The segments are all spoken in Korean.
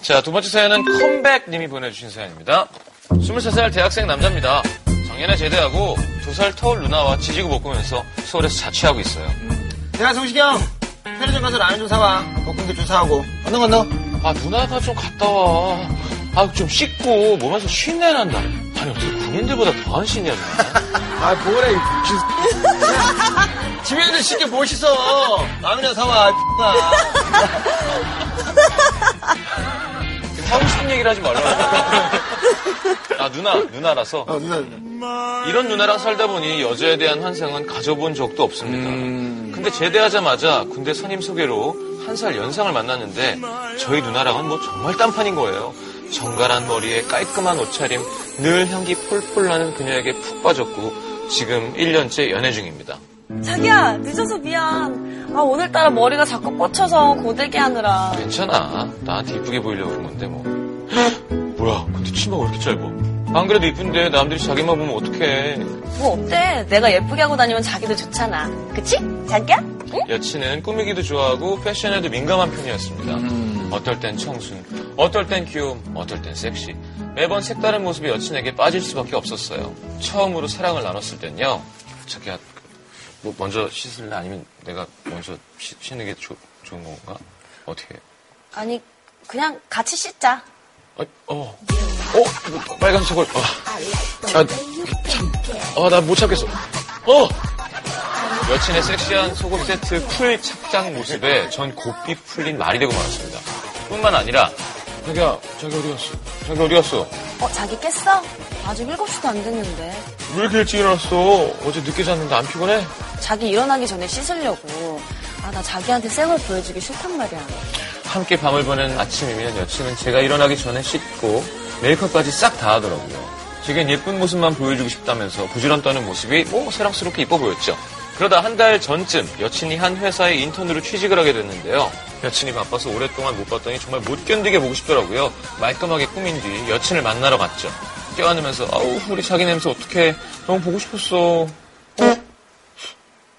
자, 두 번째 사연은 컴백님이 보내주신 사연입니다. 23살 대학생 남자입니다. 작년에 제대하고 두 살 터울 누나와 지지고 볶으면서 서울에서 자취하고 있어요. 내가 정식형 편의점 가서 라면 좀 사와 볶음도 좀 사오고 건너 건너 아, 누나가 좀 갔다 와. 아, 좀 씻고 몸에서 쉰내 난다. 아니, 어떻게 군인들보다 더한 쉰내 나? 아 뭐래 집에 있는 쉽게 뭐 씻어 라면이나 사와 ᄃ 하고 싶은 얘기를 하지 말라고. 아, 누나, 누나라서. 어 누나 누나 이런 누나랑 살다 보니 여자에 대한 환상은 가져본 적도 없습니다. 근데 제대하자마자 군대 선임 소개로 한 살 연상을 만났는데 저희 누나랑은 뭐 정말 딴판인 거예요. 정갈한 머리에 깔끔한 옷차림, 늘 향기 폴폴 나는 그녀에게 푹 빠졌고 지금 1년째 연애 중입니다. 자기야 늦어서 미안. 아 오늘따라 머리가 자꾸 꽂혀서 고데기 하느라. 괜찮아. 나한테 이쁘게 보이려고 그런 건데 뭐. 뭐야, 근데 치마가 왜 이렇게 짧아? 안 그래도 이쁜데 남들이 자기만 보면 어떡해. 뭐 어때? 내가 예쁘게 하고 다니면 자기도 좋잖아. 그치? 자기야? 응? 여친은 꾸미기도 좋아하고 패션에도 민감한 편이었습니다. 어떨 땐 청순, 어떨 땐 귀여움, 어떨 땐 섹시. 매번 색다른 모습이 여친에게 빠질 수밖에 없었어요. 처음으로 사랑을 나눴을 땐요. 자기야, 뭐 먼저 씻을래? 아니면 내가 먼저 씻- 씻는 게 좋- 좋은 건가? 어떻게? 해? 아니 그냥 같이 씻자. 어, 어, 어, 빨간 속을, 어. 아, 참. 아, 나 못 참겠어. 어! 여친의 섹시한 속옷 세트 풀 착장 모습에 전 곱비 풀린 말이 되고 말았습니다. 뿐만 아니라, 자기야, 자기 어디 갔어? 자기 어디 갔어? 어 자기 깼어? 아직 7시도 안 됐는데. 왜 이렇게 일찍 일어났어? 어제 늦게 잤는데 안 피곤해? 자기 일어나기 전에 씻으려고. 아 나 자기한테 생얼 보여주기 싫단 말이야. 함께 밤을 보낸 아침이면 여친은 제가 일어나기 전에 씻고 메이크업까지 싹 다 하더라고요. 제겐 예쁜 모습만 보여주고 싶다면서 부지런 떠는 모습이 뭐 사랑스럽게 이뻐 보였죠. 그러다 한 달 전쯤 여친이 한 회사에 인턴으로 취직을 하게 됐는데요. 여친이 바빠서 오랫동안 못 봤더니 정말 못 견디게 보고 싶더라고요. 말끔하게 꾸민 뒤 여친을 만나러 갔죠. 껴안으면서 아우 우리 자기 냄새 어떡해 너무 보고 싶었어. 어?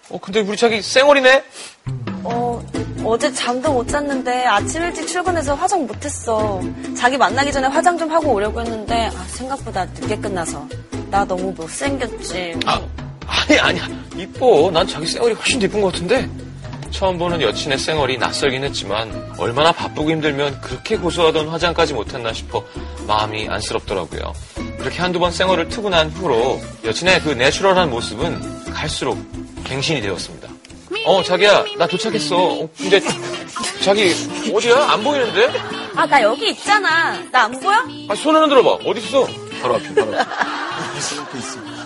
어 근데 우리 자기 쌩얼이네? 어, 어제 잠도 못 잤는데 아침 일찍 출근해서 화장 못했어. 자기 만나기 전에 화장 좀 하고 오려고 했는데 아, 생각보다 늦게 끝나서 나 너무 못생겼지. 아, 아니, 아니야. 이뻐. 난 자기 쌩얼이 훨씬 더 이쁜 것 같은데? 처음 보는 여친의 쌩얼이 낯설긴 했지만, 얼마나 바쁘고 힘들면 그렇게 고소하던 화장까지 못했나 싶어 마음이 안쓰럽더라고요. 그렇게 한두 번 쌩얼을 트고 난 후로 여친의 그 내추럴한 모습은 갈수록 갱신이 되었습니다. 어, 자기야, 나 도착했어. 어, 근데, 자기, 어디야? 안 보이는데? 아, 나 여기 있잖아. 나 안 보여? 아, 손 하나 들어봐. 어디 있어? 바로 앞에, 바로 앞에.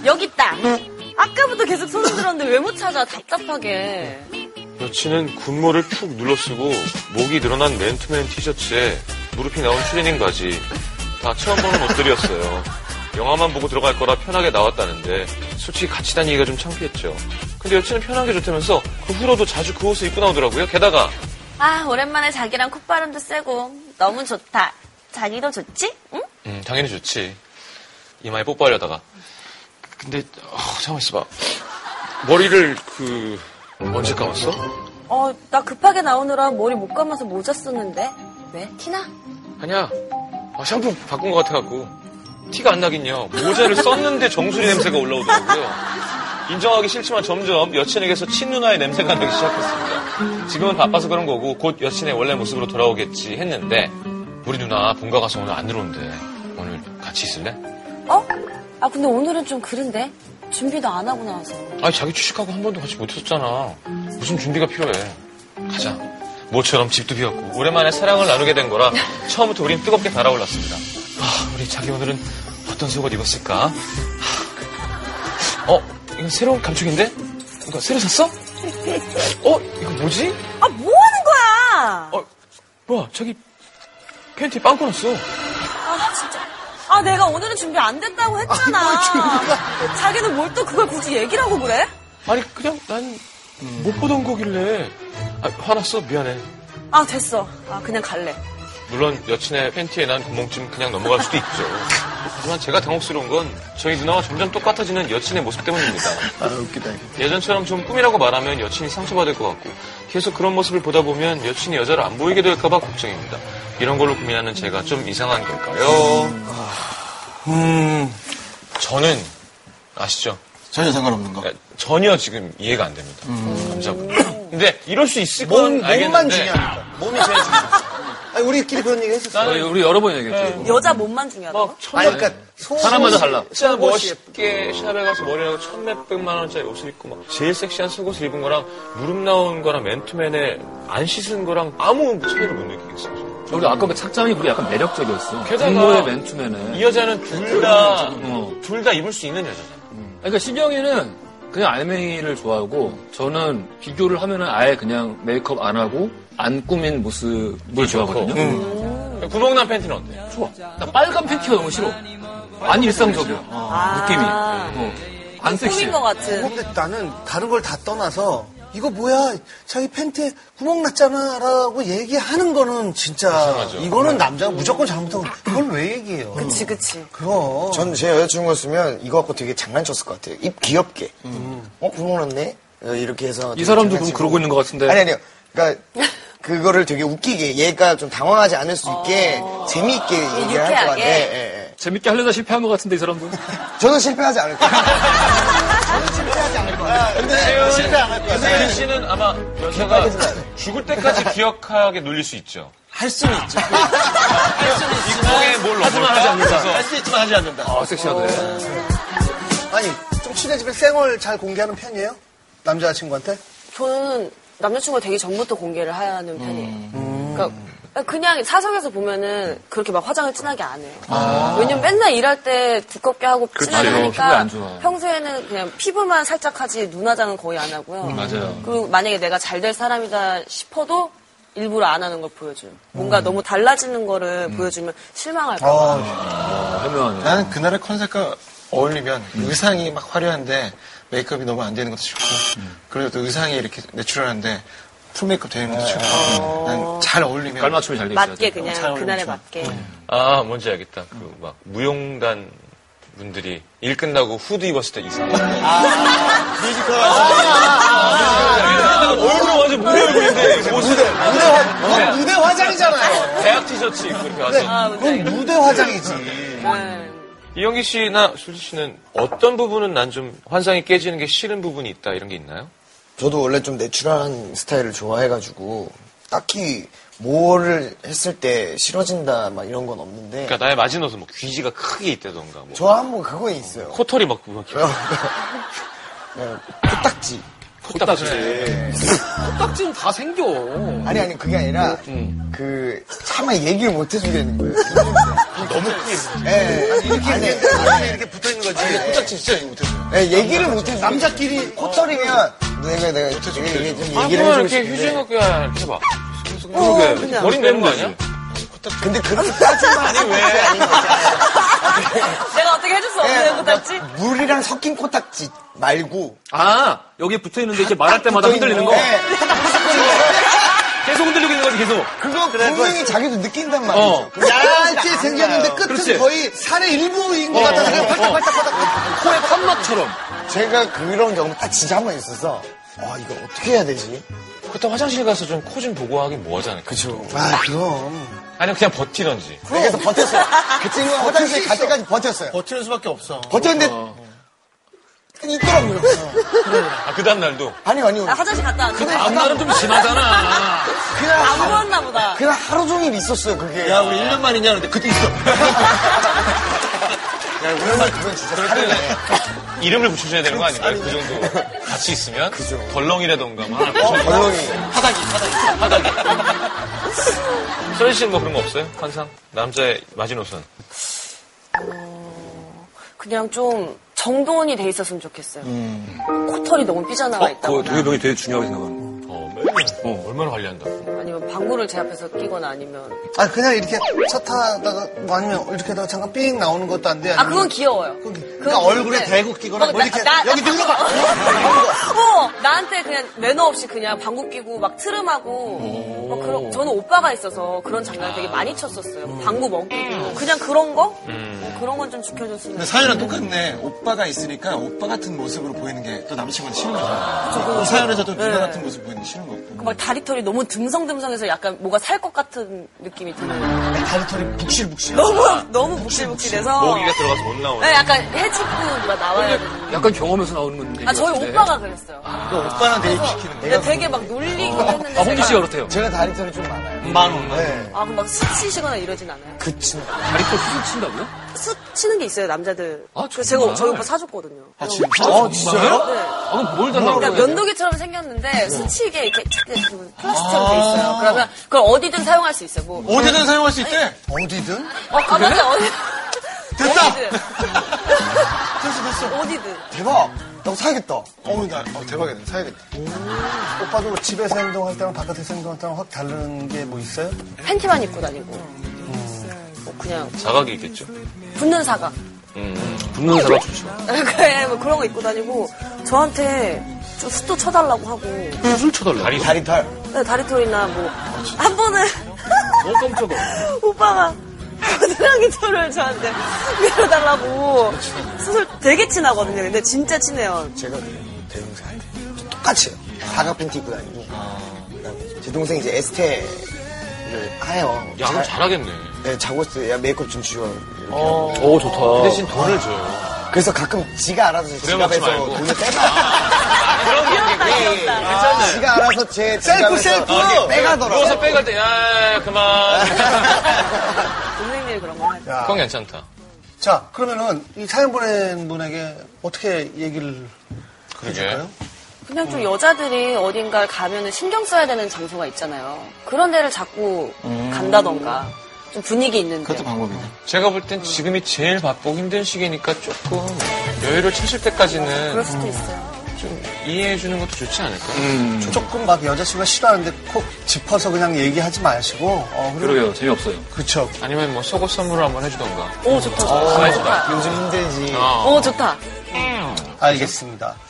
여기 있다. 아까부터 계속 손 흔들었는데 왜 못 찾아? 답답하게. 여친은 군모를 푹 눌러쓰고 목이 늘어난 맨투맨 티셔츠에 무릎이 나온 트레이닝 바지 다 처음 보는 옷들이었어요. 영화만 보고 들어갈 거라 편하게 나왔다는데 솔직히 같이 다니기가 좀 창피했죠. 근데 여친은 편한 게 좋다면서 그 후로도 자주 그 옷을 입고 나오더라고요. 게다가 아, 오랜만에 자기랑 콧바람도 쐬고 너무 좋다. 자기도 좋지? 응? 음, 당연히 좋지. 이마에 뽀뽀하려다가. 근데 어, 잠깐만 있어봐. 머리를 그 언제 감았어? 어, 나 급하게 나오느라 머리 못 감아서 모자 썼는데. 왜? 티나? 아니야. 아, 샴푸 바꾼 것 같아갖고. 티가 안 나긴요. 모자를 썼는데 정수리 냄새가 올라오더라고요. 인정하기 싫지만 점점 여친에게서 친누나의 냄새가 나기 시작했습니다. 지금은 바빠서 그런 거고 곧 여친의 원래 모습으로 돌아오겠지 했는데 우리 누나 본가 가서 오늘 안 들어온대. 오늘 같이 있을래? 어? 아 근데 오늘은 좀 그런데 준비도 안 하고 나와서 아니 자기 취직하고 한 번도 같이 못했었잖아. 무슨 준비가 필요해. 가자. 모처럼 집도 비웠고 오랜만에 사랑을 나누게 된 거라 처음부터 우린 뜨겁게 달아올랐습니다. 아, 우리 자기 오늘은 어떤 속옷 입었을까? 하, 어, 이건 새로운 감촉인데? 이거 새로 샀어? 어, 이거 뭐지? 아 뭐하는 거야? 어, 뭐야, 자기 팬티에 빵꾸 났어. 아 진짜 아 내가 오늘은 준비 안 됐다고 했잖아 뭐 자기는 뭘 또 그걸 굳이 얘기를 하고 그래? 아니, 그냥 난 못 보던 거길래. 아, 화났어? 미안해. 아 됐어 아 그냥 갈래 물론 여친의 팬티에 난 구멍쯤 그냥 넘어갈 수도 있죠. 하지만 제가 당혹스러운 건 저희 누나와 점점 똑같아지는 여친의 모습 때문입니다. 아 웃기다 이거 예전처럼 좀 꾸미라고 말하면 여친이 상처받을 것 같고 계속 그런 모습을 보다 보면 여친이 여자를 안 보이게 될까봐 걱정입니다. 이런 걸로 고민하는 제가 좀 이상한 걸까요? 음, 아, 저는 아시죠? 전혀 상관없는 거. 전혀 지금 이해가 안 됩니다. 감사합니다. 근데 이럴 수 있을 음. 몸, 건 몸만 알겠는데 중요하니까. 몸이 제일 중요해. 아니, 우리끼리 그런 얘기 했었어. 나는 우리 여러 번 얘기했죠. 여자 몸만 중요하다고? 막 아니, 그러니까 소 사람마다 달라. 진짜 멋있게 샵에 가서 머리하고 천몇백만 원짜리 옷을 입고 막 제일 섹시한 속옷을 입은 거랑 무릎 나온 거랑 맨투맨에 안 씻은 거랑 아무 차이를 못 느끼겠어요. 저는. 우리 아까 그 착장이 우리 약간 매력적이었어. 게다가 공모의 맨투맨에. 이 여자는 어. 둘다둘 다 입을 수 있는 여자잖아. 그러니까 신경이는 그냥 알맹이를 좋아하고 저는 비교를 하면은 아예 그냥 메이크업 안 하고 안 꾸민 모습을 좋아하거든요. 어. 음. 음. 구멍난 팬티는 어때? 좋아. 나 빨간 팬티가 너무 싫어. 안 일상적이야. 어, 느낌이. 아. 어. 안 섹시해. 꿈인 것 같은. 근데 나는 다른 걸 다 떠나서 이거 뭐야 자기 팬티에 구멍 났잖아라고 얘기하는 거는 진짜 이거는 남자가 무조건 잘못하고 그걸 왜 얘기해요? 그치, 그치. 어. 그럼 전 제 여자친구였으면 이거 갖고 되게 장난쳤을 것 같아요. 입 귀엽게. 음. 어, 구멍났네? 이렇게 해서. 이 사람도 그럼 장난치고. 그러고 있는 것 같은데. 아니, 아니요. 그러니까, 그거를 되게 웃기게, 얘가 좀 당황하지 않을 수 있게, 재미있게 얘기를 할 것 어. 유쾌하게. 같아요. 예, 예. 재밌게 하려다 실패한 것 같은데 이 사람도. 저는 실패하지 않을 거예요. 저는 실패하지 않을 거예요. 근데 실패 안 할 네. 거예요. 이세윤 그 씨는 아마 여자가 죽을 때까지 기억하게 놀릴 수 있죠. 할 수는 있죠. 이 구멍에 뭘 넣을까? 그래서 할 수 있지만 하지 않는다. 아, 섹시하네. 아니 좀 친해지면 생얼 잘 공개하는 편이에요? 남자친구한테? 저는 남자친구가 되기 전부터 공개를 하는 편이에요. 음. 그러니까 그냥 사석에서 보면은 그렇게 막 화장을 진하게 안 해요. 아. 왜냐면 맨날 일할 때 두껍게 하고 진하게 맞아요. 피부에 하니까 안 좋아. 평소에는 그냥 피부만 살짝 하지 눈 화장은 거의 안 하고요. 음, 맞아요. 그리고 만약에 내가 잘 될 사람이다 싶어도 일부러 안 하는 걸 보여줘요. 음. 뭔가 너무 달라지는 거를 보여주면 실망할까 봐. 아, 해명하네. 나는 그날의 컨셉과 어울리면 음. 의상이 막 화려한데 메이크업이 너무 안 되는 것도 싫고 음. 그리고 또 의상이 이렇게 내추럴한데 풀 메이크업 되는 것도 싫고 난 잘 어울리면 어. 깔 맞춤이 잘 돼 있어야 맞게 돼. 그냥 잘 그날에 어울리죠. 맞게. 음. 아 뭔지 알겠다. 그 막 무용단 분들이 일 끝나고 후드 입었을 때 이상. 아. 얼굴은 완전 무대 얼굴인데 옷은 무대, 화- 어, 그건 무대 화장이잖아요. 대학 티셔츠 입고 이렇게 와서. 아, 그건 무대 화장이지. 네. 이영기 씨나 수지 씨는 어떤 부분은 난 좀 환상이 깨지는 게 싫은 부분이 있다 이런 게 있나요? 저도 원래 좀 내추럴한 스타일을 좋아해가지고, 딱히 뭐를 했을 때 싫어진다, 막 이런 건 없는데. 그러니까 나의 마지노선 뭐 귀지가 크게 있다던가 뭐 저 한 번 그건 있어요. 코털이 막, 막 이렇게 그냥 코딱지. 코딱지. 코딱지는 다 생겨. 아니 아니 그게 아니라 음, 그 차마 얘기를 못 해주겠는 거예요. 너무 크게 예, 예. 이렇게 아니, 이렇게 안에 이렇게 붙어 있는 거지. 코딱지 진짜 얘기 못해줘 예, 얘기를 못 해주. 남자끼리 코털이면 내가 내가 얘기 좀 아, 얘기를 그럼 해주고 이렇게 싶은데. 휴지먹게 해봐. 그러게. 머리 내는 거 아니야? 근데 그런 따지만 아니 왜? 내가 어떻게 해줄 수 네, 없는 것 같지? 물이랑 섞인 코딱지 말고 아, 여기 붙어 있는데 이제 말할 때마다 흔들리는 거? 예. 계속 흔들리고 있는 거지, 계속. 그거 분명히 자기도 느낀단 말이죠. 어. 얇게 생겼는데 끝은 그렇지. 어, 거의 살의 일부인 것 같아서 그냥 팔딱팔딱팔딱. 코에 컵막처럼. 제가 그런 경우 딱 진짜 한 번 있어서 아 이거 어떻게 해야 되지? 그때 화장실 가서 좀 코 좀 보고 하긴 뭐 하잖아. 그쵸. 아, 그럼. 아니면 그냥 버티던지. 그래서 버텼어요. 그 친구가 화장실 갈 때까지 버텼어요. 버티는 수밖에 없어. 버텼는데 있더라고요. 아, 그 다음날도. 아니요 아니요. 나 화장실 그 갔다 왔는데. 다음날은 좀 심하잖아. 그냥 안 보였나 보다. 그냥 하루 종일 있었어요, 그게. 야, 우리 1년 만이냐? 근데 그때 있어. 오랜만에 그건 진짜 사르네. 네. 이름을 붙여줘야 되는 거 아닌가요? 그 정도 같이 있으면 덜렁이라던가 어, 막 하나 붙여줘. 얼렁이. 소연 씨는 뭐 그런 거 없어요? 환상? 남자의 마지노선. 그냥 좀 정돈이 돼 있었으면 좋겠어요. 음. 코털이 너무 삐져나와 그거 있다거나 되게, 되게, 되게 중요하게 생각하는 거. 어, 맨날. 어, 얼마나 관리한다고. 아니면 방구를 제 앞에서 끼거나 아니면 아, 그냥 이렇게 차 타다가, 뭐 아니면 이렇게 다가 잠깐 삥 나오는 것도 안 돼. 아 그건 귀여워요. 그건 귀- 그건, 그러니까 얼굴에 대고 끼거나 뭐 이렇게 여기 눌러봐. 어, 나한테 그냥 매너 없이 그냥 방구 끼고 막 트름하고 막 그런 저는 오빠가 있어서 그런 장난을 되게 많이 쳤었어요. 음. 방구 먹기고 그냥 그런 거 뭐 그런 건 좀 지켜줬으면. 근데 사연이랑 똑같네. 오빠가 있으니까 오빠 같은 모습으로 보이는 게 또 남자친구는 싫은 아. 거죠. 이 사연에서도 네. 누나 같은 모습 보이는 게 싫은 거고. 막 다리털이 너무 듬성듬성해서 약간 뭐가 살 것 같은 느낌이 드는. 다리털이 북실북실. 너무 너무 묵실묵실해서. 모기가 들어가서 못 나오네. 네, 약간 해치고 막 나와야 되는. 약간 경험에서 나오는 건데. 네. 아 저희 오빠가 그랬어요. 그 오빠랑 되게 시키는 근데 거야. 되게 막 놀리긴 했는데. 아, 홍기 제가- 씨가 그렇대요. 제가 다리털이 좀 많아요. 만원. 네. 아, 그럼 막 스치시거나 이러진 않아요? 그치. 다리털 수술 친다고요? 스치는 게 있어요, 남자들. 아, 그래서 정말? 제가 저희 오빠 뭐 사줬거든요. 아, 진짜? 어, 아, 네. 진짜요? 아, 그럼 뭘 달라고 그러니까 그러냐? 면도기처럼 생겼는데 스치게 이렇게 착 이렇게 플라스틱으로 돼 있어요. 그러면 그걸 어디든 사용할 수 있어요. 뭐. 어디든 사용할 수 있대. 어디든? 어, 아, 맞아, 어디. 됐다. 어디든. 됐어, 됐어. 어디든. 대박. 너 사야겠다. 어우, 나 어, 대박이다. 사야겠다. 오빠도 집에서 행동할 때랑 바깥에서 행동할 때랑 확 다른 게 뭐 있어요? 팬티만 입고 다니고. 뭐 그냥 자각이 있겠죠. 붙는 사각. 음, 붙는 사람 좋죠. 그래, 뭐 그런 거 입고 다니고. 저한테 좀 숱도 쳐달라고 하고. 네, 술 쳐달라. 리 다리털. 다리털이나 뭐. 한 번은. 어, 깜짝아. 오빠가 고등학교 초를 저한테 밀어달라고 수술 되게 친하거든요. 근데 진짜 친해요. 제가 대동생한테 똑같이 해요. 사각 팬티 입고 다니고. 아. 그다음에 제 동생이 이제 에스테를 하요. 야, 그럼 잘하겠네. 네, 자고 있을 때, 야, 메이크업 좀 지워. 이렇게. 어. 오, 좋다. 그 대신 돈을 줘요. 그래서 가끔 지가 알아서 제 부려먹지 지갑에서 말고. 돈을 빼가. 아, 아, 귀엽다, 귀엽다. 아, 지가 알아서 제 네. 셀프, 지갑에서 셀프! 네. 이렇게 누워서 빼가더라고요. 빼갈 때, 야, 그만. 동생들이 그런 거 하죠. 그건 괜찮다. 자, 그러면은 이 사연 보낸 분에게 어떻게 얘기를 그러게. 그냥 좀 여자들이 어딘가를 가면은 신경 써야 되는 장소가 있잖아요. 그런 데를 자꾸 간다던가. 좀 분위기 있는데. 그것도 방법이네. 제가 볼 땐 지금이 제일 바쁘고 힘든 시기니까 조금 여유를 찾을 때까지는 그럴 수도 있어요. 좀 이해해 주는 것도 좋지 않을까? 조금 막 여자친구가 싫어하는데 콕 짚어서 그냥 얘기하지 마시고 어, 그리고 그러게요, 재미없어요. 그쵸 아니면 뭐 속옷 선물을 한번 해주던가. 오, 좋다, 좋다. 사이즈다. 요즘 힘들지. 어. 그렇죠. 오, 좋다. 알겠습니다